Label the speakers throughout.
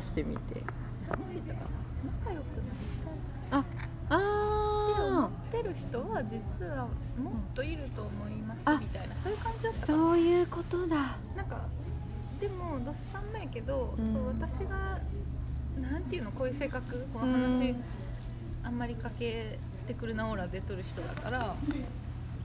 Speaker 1: してみて
Speaker 2: マジとか仲良くなりたいって思
Speaker 1: あ
Speaker 2: ってる人は実はもっといると思います
Speaker 1: あ
Speaker 2: みたいなそういう感じだっ
Speaker 1: あ
Speaker 2: たかな
Speaker 1: そういうことだ
Speaker 2: なんかでもどっさんもやけど、
Speaker 1: うん
Speaker 2: そう私がなんていうのこういう性格こ
Speaker 1: お
Speaker 2: の話、あんまりかけてくるなオーラ出とる人だから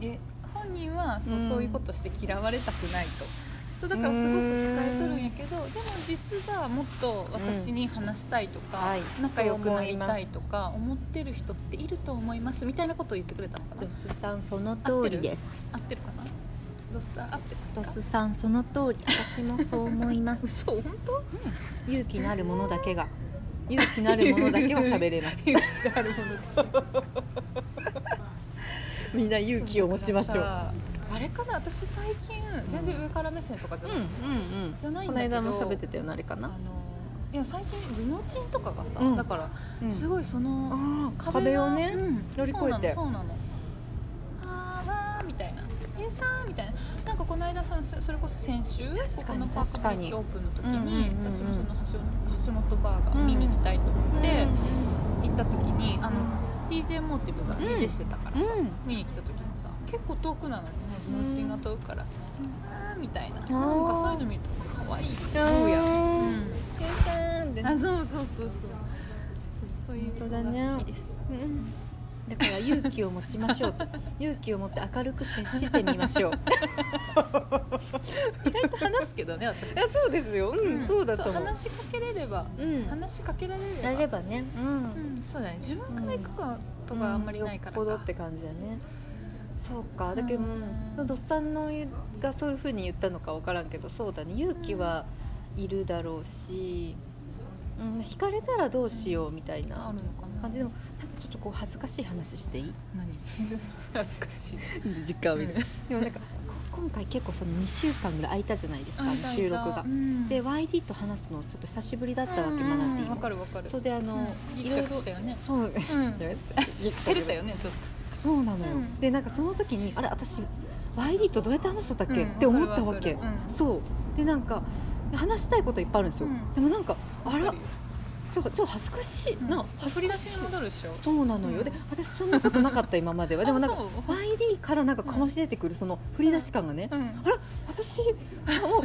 Speaker 2: で本人はそう,、
Speaker 1: うん
Speaker 2: そういうことして嫌われたくないとそうだからすごく控えとるんやけどでも実はもっと私に話したいとか、
Speaker 1: はい
Speaker 2: 仲良くなりたいとか思ってる人っていると思いますみたいなことを言ってくれたのかな
Speaker 1: ドスさんその通りです
Speaker 2: 合ってるかなどっさん合って
Speaker 1: ド
Speaker 2: ます
Speaker 1: ス
Speaker 2: か
Speaker 1: さんその通り私もそう思います
Speaker 2: そう本当
Speaker 1: 勇気なるものだけが勇気なるものだけは喋れますみんな勇気を持ちましょ
Speaker 2: そう
Speaker 1: う
Speaker 2: だからさあれかな私最近全然上から目線とかじゃ
Speaker 1: うん
Speaker 2: な
Speaker 1: う
Speaker 2: くて
Speaker 1: んうん
Speaker 2: じゃない
Speaker 1: こ
Speaker 2: ん
Speaker 1: の
Speaker 2: だけど
Speaker 1: 間も喋ってたよねあれか
Speaker 2: あの
Speaker 1: な、
Speaker 2: いや最近頭脳チンとかがさ、
Speaker 1: うん
Speaker 2: だから
Speaker 1: うん
Speaker 2: すごいその
Speaker 1: あー
Speaker 2: 壁
Speaker 1: 壁
Speaker 2: が
Speaker 1: をね、
Speaker 2: うん
Speaker 1: 乗り越えて
Speaker 2: そうなのそうなのあーわーみたいなえー、さーみたいななんかこの間そのそそれこそ先週ここのパー
Speaker 1: 確
Speaker 2: ク
Speaker 1: か
Speaker 2: ビー
Speaker 1: に
Speaker 2: チオープンの時
Speaker 1: うんう
Speaker 2: に
Speaker 1: んうんうん
Speaker 2: 私もその橋本橋本バーガー見に行きたいと思って行った時にあの DJ モーティブが DJ してたからさ、
Speaker 1: う
Speaker 2: 見に来た時もさ結構遠くなのにねそのチンが遠くから、あーみたいななんか
Speaker 1: ー
Speaker 2: そういうの見ると可愛い
Speaker 1: ん
Speaker 2: 思うやん、
Speaker 1: うん
Speaker 2: うん
Speaker 1: さんで
Speaker 2: あそうそうそうそうそうそういう
Speaker 1: 本当
Speaker 2: の
Speaker 1: だね
Speaker 2: が好きです、
Speaker 1: うんだから勇気を持ちましょう勇気を持って明るく接してみましょう
Speaker 2: 意外と話すけどね私、
Speaker 1: いや そうですよう
Speaker 2: 話しかけれれば、
Speaker 1: うん
Speaker 2: 話しかけられれば
Speaker 1: なればねうん
Speaker 2: うん、そうだね自分から行くことがあんまりないからか、
Speaker 1: よっぽどって感じだねそうかだけど、
Speaker 2: う
Speaker 1: うんん、ドッサンのがそういうふうに言ったのか分からんけどそうだね勇気はいるだろうし、うん惹かれたらどうしようみたい
Speaker 2: あ
Speaker 1: な
Speaker 2: るのかな
Speaker 1: 感じでもなんかちょっとこう恥ずかしい話していい
Speaker 2: 何恥ずかしい
Speaker 1: 時間
Speaker 2: を見る
Speaker 1: でもなんかこ今回結構その2週間ぐらい空いたじゃないですかあの収録が
Speaker 2: う。ん
Speaker 1: で YD と話すのちょっと久しぶりだったわけ、
Speaker 2: うん
Speaker 1: マナティー
Speaker 2: わ
Speaker 1: も
Speaker 2: かるわかる
Speaker 1: そうであの、
Speaker 2: うん、
Speaker 1: い
Speaker 2: ギ
Speaker 1: ろ
Speaker 2: ク
Speaker 1: い
Speaker 2: シャ
Speaker 1: ろ
Speaker 2: クしたよね
Speaker 1: そう、 や
Speaker 2: うん
Speaker 1: めて
Speaker 2: 照れたよねちょっ
Speaker 1: そうなのよ、
Speaker 2: うん
Speaker 1: でなんかその時にあれ私 YD とどうやって話しとったっけ、
Speaker 2: うん
Speaker 1: って思ったわけ、
Speaker 2: わかるわかるうん
Speaker 1: そうでなんか話したいこといっぱいあるんですよ、
Speaker 2: うん
Speaker 1: でもなんかあ
Speaker 2: と
Speaker 1: らちょっと恥ずかしい、
Speaker 2: うん
Speaker 1: な恥ず
Speaker 2: 振り
Speaker 1: か
Speaker 2: 出
Speaker 1: し
Speaker 2: し
Speaker 1: い
Speaker 2: に戻るでしょ
Speaker 1: そうなのよ、
Speaker 2: うん
Speaker 1: で私そんなことなかった今まではでもなんか
Speaker 2: あそう
Speaker 1: YD からなんかかまし出てくるその振り出し感がね、
Speaker 2: うん
Speaker 1: あら私もう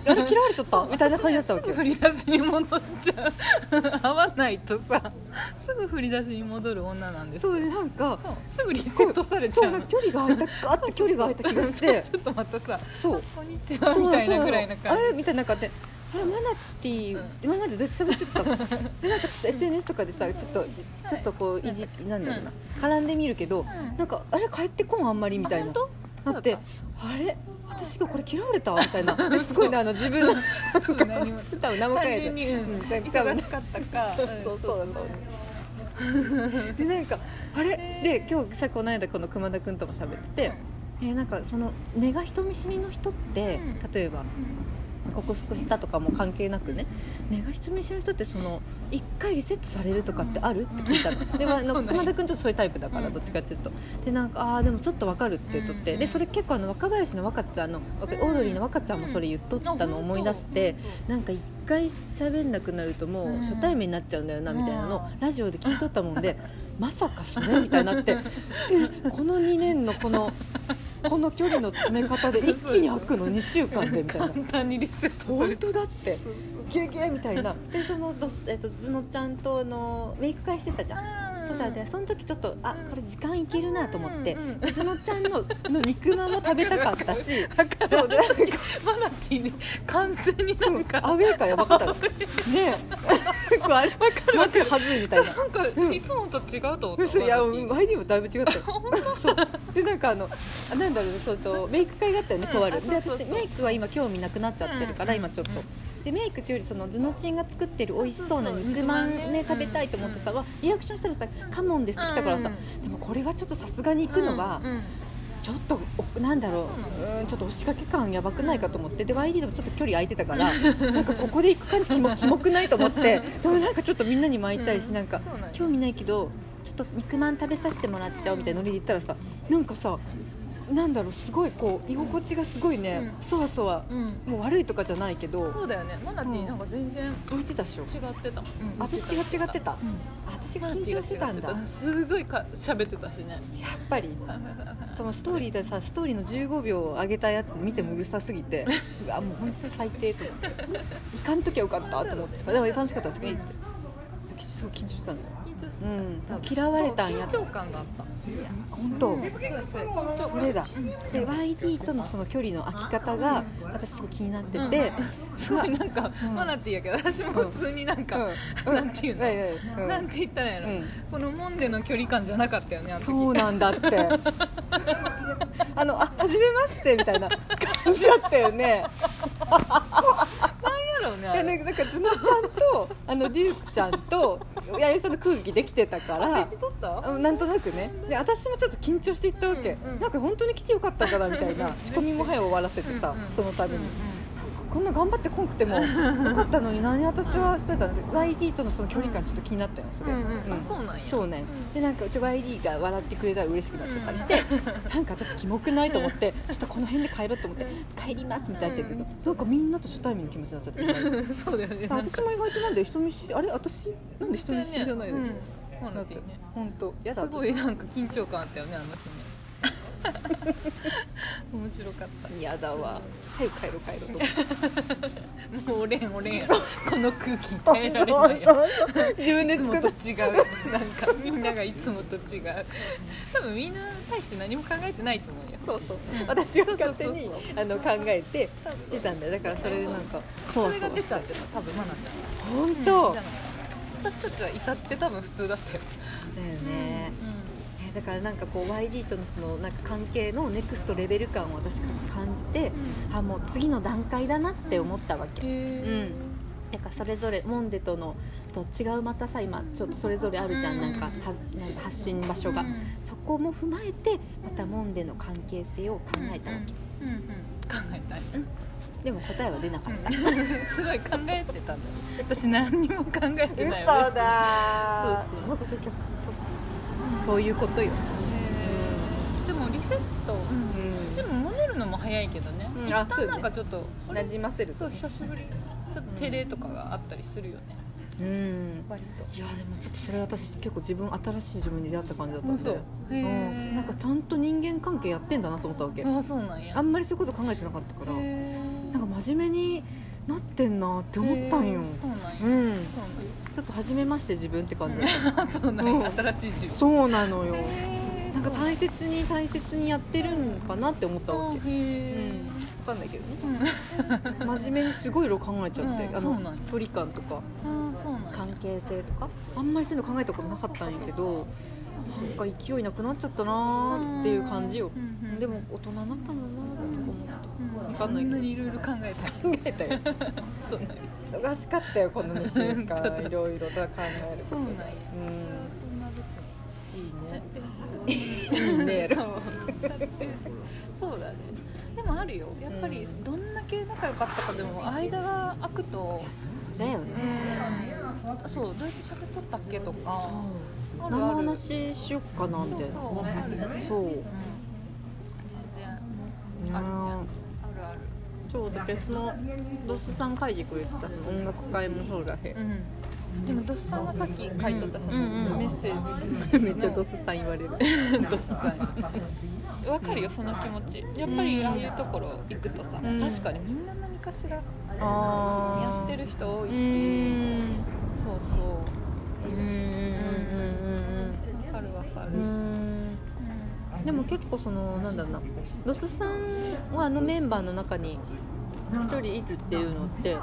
Speaker 1: あれ嫌われちゃったみたいな感じだったわけ
Speaker 2: すぐ振り出しに戻っちゃう合わないとさすぐ振り出しに戻る女なんです
Speaker 1: そうでなんか
Speaker 2: そうすぐリセットされち
Speaker 1: そ
Speaker 2: ゃ
Speaker 1: う
Speaker 2: う
Speaker 1: な
Speaker 2: の
Speaker 1: んか距離が空いたガーって距離が空いた気がして
Speaker 2: そうするとまたさ
Speaker 1: そう
Speaker 2: 「こんにち
Speaker 1: そう
Speaker 2: は」みたいなぐらいな
Speaker 1: そうあれ
Speaker 2: 感じ
Speaker 1: みたいななんかであれマナティー、
Speaker 2: うん
Speaker 1: 今までどうやって喋ってたのでなんかちょっと SNS とかでさちょっとちょっとこういじなんだろうな、絡んでみるけど、
Speaker 2: ん
Speaker 1: なんかあれ帰ってこんあんまりみたいな
Speaker 2: あ本当
Speaker 1: なってあれ私がこれ嫌われたみたい なですごいねあの自分の
Speaker 2: 多分何も
Speaker 1: 多分名も
Speaker 2: 単
Speaker 1: 変えて
Speaker 2: 純に、うん
Speaker 1: うん多分
Speaker 2: 忙しかったか
Speaker 1: そうそうそう
Speaker 2: うん
Speaker 1: でなんかあれで
Speaker 2: へ
Speaker 1: 今日さこの間この熊田君とも喋ってて、えーなんかその根が人見知りの人って、
Speaker 2: うん
Speaker 1: 例えば克服したとかも関係なくね根が人見知りの人ってその一回リセットされるとかってある、
Speaker 2: うん
Speaker 1: って聞いたので、まあ、あ
Speaker 2: そうな
Speaker 1: の
Speaker 2: んや
Speaker 1: 熊田君ちょっとそういうタイプだから、
Speaker 2: うん
Speaker 1: どっちかっていうとでなんかああでもちょっとわかるって言っとって、
Speaker 2: うん
Speaker 1: でそれ結構あの若林の若ちゃんのわか
Speaker 2: うん
Speaker 1: オードリーの若ちゃんもそれ言っとったのを思い出して、なんか一回喋んなくなるともう初対面になっちゃうんだよな
Speaker 2: うん
Speaker 1: みたいなのを
Speaker 2: うん
Speaker 1: ラジオで聞いとったもん でまさかそれみたいになってでこの2年のこのこの距離の詰め方で一気に開くの2週間でみたいな
Speaker 2: 簡単にリセットさ
Speaker 1: 本
Speaker 2: れて
Speaker 1: 当だって
Speaker 2: そうそう
Speaker 1: ゲゲみたいなでそのどす、えっとずのちゃんとあのメイク会してたじゃん
Speaker 2: あ
Speaker 1: そ
Speaker 2: ー
Speaker 1: うさでその時ちょっとあこれ時間いけるなと思って
Speaker 2: うんうん
Speaker 1: でずのちゃんのの肉まんも食べたかったしそうで
Speaker 2: マナティーで完全になんか
Speaker 1: アウェーかやばかったのねえこれあれマジではずいみたいな
Speaker 2: なんか
Speaker 1: うん
Speaker 2: いつもと違うと思っ
Speaker 1: う
Speaker 2: た
Speaker 1: ん それいや
Speaker 2: マ
Speaker 1: う
Speaker 2: ナティー
Speaker 1: ん YD もだいぶ違ったよそうでなんかあのあなんだろうねそうとメイク会があったよね
Speaker 2: うん
Speaker 1: とある、
Speaker 2: あそう
Speaker 1: で
Speaker 2: そうそう
Speaker 1: 私メイクは今興味なくなっちゃってるから、
Speaker 2: うん
Speaker 1: 今ちょっと、
Speaker 2: うん
Speaker 1: でメイクというよりそのズノチンが作ってる美味しそうな
Speaker 2: そうそうそう
Speaker 1: 肉まん
Speaker 2: 肉まん
Speaker 1: ね
Speaker 2: ね
Speaker 1: 食べたいと思ってさ、わリアクションしたらさ「カモンです」って来たからさ、
Speaker 2: う
Speaker 1: でもこれはちょっとさすがに行くのは、
Speaker 2: うんうん
Speaker 1: ちょっとおなんだろ
Speaker 2: そう
Speaker 1: ううんちょっと押しかけ感やばくないかと思ってで YD でもちょっと距離空いてた からなんかここで行く感じキモ キモくないと思ってでもなんかちょっとみんなにも会いたいし
Speaker 2: うん
Speaker 1: なんか
Speaker 2: そうなんや
Speaker 1: 興味ないけどちょっと肉まん食べさせてもらっちゃおうみたいなノリで行ったらさなんかさなんだろうすごいこう居心地がすごいね、
Speaker 2: うん
Speaker 1: そわそわ
Speaker 2: うん
Speaker 1: もう悪いとかじゃないけど
Speaker 2: そうだよねマナティーなんか全然違っ
Speaker 1: 浮いてたっしょ
Speaker 2: てた、うん
Speaker 1: 私が違ってた
Speaker 2: うん
Speaker 1: あ私が緊張してたんだ
Speaker 2: マナティーが違ってたすごいか喋ってたしね
Speaker 1: やっ ぱりそのストーリーでさストーリーの15秒を上げたやつ見てもうるさすぎて うわもう本当最低と思って行かんときゃよかったと思ってさでも楽しかったですけど、
Speaker 2: うん
Speaker 1: すごい緊張してたんだよ
Speaker 2: 緊張して
Speaker 1: う
Speaker 2: た、
Speaker 1: ん
Speaker 2: 多分
Speaker 1: 嫌われたんや
Speaker 2: そう緊張感があった
Speaker 1: 本当、
Speaker 2: そうそう緊張
Speaker 1: それだ
Speaker 2: うん
Speaker 1: で YD とのその距離の空き方が私すごい気になってて、
Speaker 2: すごいなんか、
Speaker 1: うん
Speaker 2: マナティーやけど私も普通になんか、なんていうの、
Speaker 1: ややうん
Speaker 2: なんて言ったらやろ、
Speaker 1: うん
Speaker 2: この門での距離感じゃなかったよねあの時
Speaker 1: そうなんだって あのあ初めましてみたいな感じだったよね
Speaker 2: だろうね
Speaker 1: い
Speaker 2: あ
Speaker 1: や
Speaker 2: れ
Speaker 1: なんかなんかズノちゃんとあのデュークちゃんと八重さんの空気できてたから
Speaker 2: あできとった
Speaker 1: あのなんとなくねで私もちょっと緊張していったわけ、
Speaker 2: うんうん
Speaker 1: なんか本当に来てよかったからみたいな 仕込みも早く終わらせてさ、
Speaker 2: うんうん
Speaker 1: そのために、
Speaker 2: うんうん
Speaker 1: こんな頑張ってこんくてもよかったのに何私はしてたので YD とのその距離感ちょっと気になったよそれ、
Speaker 2: うんうんあそうなんや
Speaker 1: そうね
Speaker 2: うん
Speaker 1: でなんかうち YD が笑ってくれたら嬉しくなっちゃったりして、なんか私キモくないと思ってちょっとこの辺で帰ろうと思って帰りますみたいな言ってるけど、なんかみんなと初対面の気持ちになっちゃって
Speaker 2: そうだよね。
Speaker 1: 私も意外となんで人見知りあれ私なんで人見知りじゃないの、
Speaker 2: の。
Speaker 1: う
Speaker 2: マ
Speaker 1: ん、だ
Speaker 2: ナ
Speaker 1: って
Speaker 2: ティーね。
Speaker 1: 本当やだ
Speaker 2: すごいなんか緊張感あったよねあの日ね。 面白かった。
Speaker 1: 私やだわはい帰ろう帰ろうと思って
Speaker 2: もうおれんおれ んやろ。この空気 耐えられないよ。
Speaker 1: 自分で
Speaker 2: いつも
Speaker 1: 作っ
Speaker 2: と
Speaker 1: た
Speaker 2: 違う。なんかみんながいつもと違う。多分みんな大して何も考えてないと思うよ。
Speaker 1: そうそう
Speaker 2: うん
Speaker 1: 私が勝手に
Speaker 2: そうそう
Speaker 1: あの考えて
Speaker 2: そうそう
Speaker 1: 出たんだよだからそれでなんか
Speaker 2: それが出
Speaker 1: て
Speaker 2: たってのは多分マナちゃ
Speaker 1: 本
Speaker 2: ん。
Speaker 1: 当
Speaker 2: じゃない私たちは至って多分普通だったよ。
Speaker 1: だよねえだからなんかこう YD とのそのなんか関係のネクストレベル感を私感じてあもう次の段階だなって思ったわけ
Speaker 2: へ
Speaker 1: うん、なんかそれぞれモンデとのと違うまたさ今ちょっとそれぞれあるじゃん,、
Speaker 2: うん
Speaker 1: なんかはなんか発信場所が、
Speaker 2: うん
Speaker 1: そこも踏まえてまたモンデの関係性を考えたわけ、
Speaker 2: うんうん。考えたい。
Speaker 1: でも答えは出なかった、
Speaker 2: すごい考えてたんだよ私何にも考えてない
Speaker 1: だ
Speaker 2: そうそう
Speaker 1: そうそうそういうことよ、
Speaker 2: でもリセット、でもモネるのも早いけどね、
Speaker 1: うん
Speaker 2: 一
Speaker 1: あそう
Speaker 2: 旦
Speaker 1: ね
Speaker 2: なんかちょっと、あれ
Speaker 1: なじませる
Speaker 2: そ
Speaker 1: と
Speaker 2: う久しぶりちょっと照れとかがあったりするよね、
Speaker 1: うん
Speaker 2: 割と
Speaker 1: いやでもちょっとそれ私結構自分新しい自分に出会った感じだったんで
Speaker 2: 嘘へー
Speaker 1: ん、なんかちゃんと人間関係やってんだなと思ったわけ、
Speaker 2: あそうなんや
Speaker 1: あんまりそういうこと考えてなかったから、
Speaker 2: へー
Speaker 1: なんか真面目になってんなって思ったんよ
Speaker 2: へ。ーそうなんや、
Speaker 1: うん、ちょっと初めまして自分って感じだっ
Speaker 2: そうなんやそうなんや、
Speaker 1: うん
Speaker 2: 新しい自
Speaker 1: た。
Speaker 2: 分
Speaker 1: そうなのよ。
Speaker 2: へ
Speaker 1: な
Speaker 2: ー
Speaker 1: んか大切に大切にやってるんかなって思ったわけ。
Speaker 2: あへ
Speaker 1: わかんないけどね。
Speaker 2: ーうん
Speaker 1: 真面目にすごい色考えちゃって、
Speaker 2: うん
Speaker 1: あ
Speaker 2: そう
Speaker 1: の
Speaker 2: なんや
Speaker 1: 距離感とか
Speaker 2: あーそうなんや
Speaker 1: 関係性とか、あんまりそういうの考えたことなかったんやけど、なんか勢いなくなっちゃったなーっていう感じよ。
Speaker 2: うんうん
Speaker 1: でも大人になったんだなーとか思うと。
Speaker 2: うん
Speaker 1: かんないけど
Speaker 2: そんなにいろいろ考えた
Speaker 1: 考えた よ。
Speaker 2: そうなんや
Speaker 1: 忙しかったよこの2週
Speaker 2: 本当だ
Speaker 1: 間いろいろと考える
Speaker 2: そうなんや
Speaker 1: うん
Speaker 2: 私はそんな別
Speaker 1: い
Speaker 2: に
Speaker 1: いね
Speaker 2: い
Speaker 1: いね
Speaker 2: そうそうだねでもあるよやっぱり
Speaker 1: う
Speaker 2: どんだけ仲良かったかでも間が空くと
Speaker 1: そうだよ
Speaker 2: う
Speaker 1: ね
Speaker 2: んそうどうやって喋っとったっけと
Speaker 1: そ
Speaker 2: か
Speaker 1: う
Speaker 2: ある
Speaker 1: 何の
Speaker 2: ある
Speaker 1: 話しよっかなみたいな
Speaker 2: そうそうあるよね
Speaker 1: そう
Speaker 2: うん全然
Speaker 1: なあ
Speaker 2: あるねあるある
Speaker 1: ちょうど別のドスさん書いてくれてたその音楽会もそうだけ
Speaker 2: うんでもドスさんがさっき書いとったその
Speaker 1: うんうんうん
Speaker 2: メッセージ
Speaker 1: めっちゃドスさん言 われる
Speaker 2: ドスさんわかるよその気持ちやっぱりああいうところ行くとさ
Speaker 1: うん
Speaker 2: 確かにみんな何かしらや
Speaker 1: あ
Speaker 2: ってる人多
Speaker 1: う
Speaker 2: い
Speaker 1: ー
Speaker 2: し
Speaker 1: ん
Speaker 2: そうそ
Speaker 1: う
Speaker 2: う
Speaker 1: ーん
Speaker 2: わかるわか
Speaker 1: う
Speaker 2: る
Speaker 1: ー。んでも結構そのなんだろうなドスさんはあのメンバーの中に一人いるっていうのって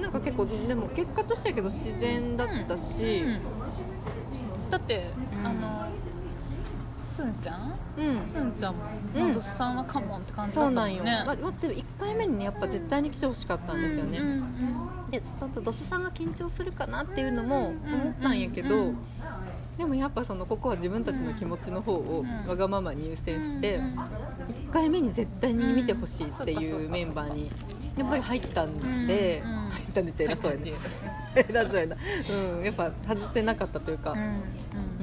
Speaker 1: なんか結構でも結果としてやけど自然だったし、
Speaker 2: だって、
Speaker 1: うん
Speaker 2: あのすんちゃん、
Speaker 1: うん
Speaker 2: すんちゃんも、
Speaker 1: うん
Speaker 2: まあ、ドスさんはカモンって感じだっ
Speaker 1: そ
Speaker 2: た
Speaker 1: うな
Speaker 2: も
Speaker 1: んん
Speaker 2: ね
Speaker 1: よ、ま、待って1回目にねやっぱ絶対に来てほしかったんですよね、
Speaker 2: うんうん
Speaker 1: でちょっとドスさんが緊張するかなっていうのも思ったんやけど、
Speaker 2: うんうんうん
Speaker 1: でもやっぱそのここは自分たちの気持ちの方を
Speaker 2: うん
Speaker 1: わがままに優先して
Speaker 2: うんうん
Speaker 1: 1回目に絶対に見てほしいっていうメンバーにやっぱり入ったんで、
Speaker 2: うんうん
Speaker 1: 入ったんですよ偉そうやね偉そうやな、うん、やっぱ外せなかったというか、
Speaker 2: うん
Speaker 1: う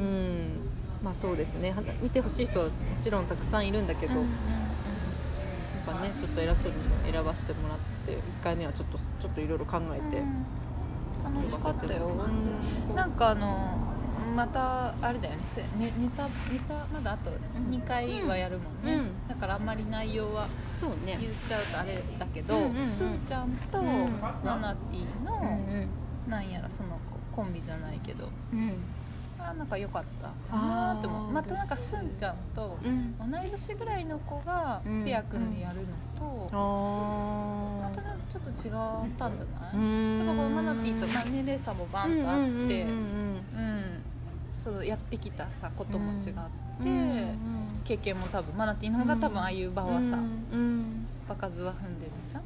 Speaker 1: ん、まあそうですねはな見てほしい人はもちろんたくさんいるんだけど、
Speaker 2: うんうん
Speaker 1: やっぱねちょっと偉そうに選ばせてもらって1回目はちょっとちょっといろいろ考えて、
Speaker 2: うん楽しかったよ、なんかあのまたあれだよねせネネタネタまだあと
Speaker 1: ん
Speaker 2: 2回はやるもんね、
Speaker 1: うん
Speaker 2: だからあんまり内容は
Speaker 1: そうね
Speaker 2: 言っちゃうとあれだけど、
Speaker 1: うんうんうん
Speaker 2: すんちゃんと
Speaker 1: うん
Speaker 2: ナナティの、
Speaker 1: うん
Speaker 2: なんやらそのコンビじゃないけど
Speaker 1: うん
Speaker 2: あなんか良かったかなと思
Speaker 1: あ
Speaker 2: う
Speaker 1: ー
Speaker 2: またなんかすんちゃんと
Speaker 1: うん
Speaker 2: 同い年ぐらいの子が
Speaker 1: うん
Speaker 2: ペア組んでやるのと、
Speaker 1: あ
Speaker 2: またなんかちょっと違ったんじゃな
Speaker 1: あ
Speaker 2: い、やっぱこのマナティーと、まあ、年齢差もバンとあって、うんそうやってきたさことも違って、経験も多分マナティーの方が多分ああいう場はさ、
Speaker 1: うん
Speaker 2: 場数は踏んでるじゃん、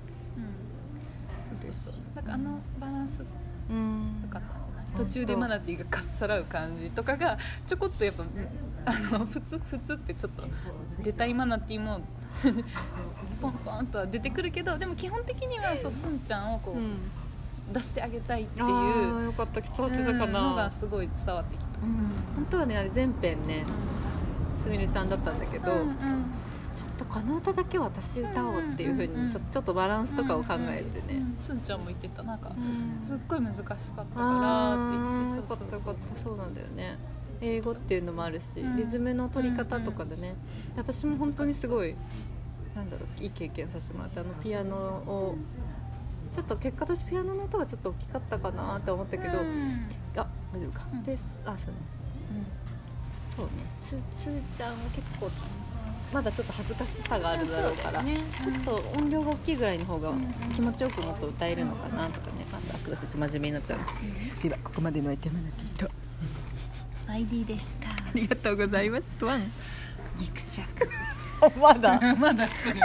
Speaker 2: そうそうそうなんかあのバランス
Speaker 1: うん
Speaker 2: よかったんじゃない
Speaker 1: 本当
Speaker 2: 途中でマナティーがかっさらう感じとかがちょこっとやっぱあの普通普通ってちょっと出たいマナティーもポンポンとは出てくるけどでも基本的にはそうすんちゃんをこう、
Speaker 1: うん
Speaker 2: 出してあげたいっていう
Speaker 1: ああよかった伝わってたか
Speaker 2: うんのが
Speaker 1: な
Speaker 2: すごい伝わってきた、
Speaker 1: 本当はねあれ全編ねすみれちゃんだったんだけど、
Speaker 2: うんうん
Speaker 1: ちょっとこの歌だけは私歌おうっていうふう
Speaker 2: うんうんうん
Speaker 1: にちょちょっとバランスとかを考えてね、
Speaker 2: うんすんちゃんも言ってたなんかすっ
Speaker 1: っ
Speaker 2: ごい難しかったからって言
Speaker 1: あ
Speaker 2: っ
Speaker 1: あ
Speaker 2: て
Speaker 1: よか
Speaker 2: そう
Speaker 1: っ
Speaker 2: そ
Speaker 1: た
Speaker 2: う
Speaker 1: よ
Speaker 2: そ
Speaker 1: か
Speaker 2: う
Speaker 1: ったそうなんだよね英語っていうのもあるし、
Speaker 2: うん
Speaker 1: リズムの取り方とかでね、で私も本当にすごいなんだろういい経験させてもらってあのピアノをちょっと結果としてピアノの音がちょっと大きかったかなって思ったけど、
Speaker 2: うん
Speaker 1: あ大丈夫か、
Speaker 2: うん
Speaker 1: ですあそうねそうねつつーちゃんは結構まだちょっと恥ずかしさがあるだろうから
Speaker 2: ね
Speaker 1: ちょっと音量が大きいぐらいの方が
Speaker 2: うん
Speaker 1: 気持ちよくもっと歌えるのかなとかね、まあ、あすいませんちょっと真面目になっちゃうではここまでのお相手はマナティと
Speaker 2: ID でした
Speaker 1: ありがとうございますとワン
Speaker 2: ギクシャク
Speaker 1: まだ
Speaker 2: まだすぐ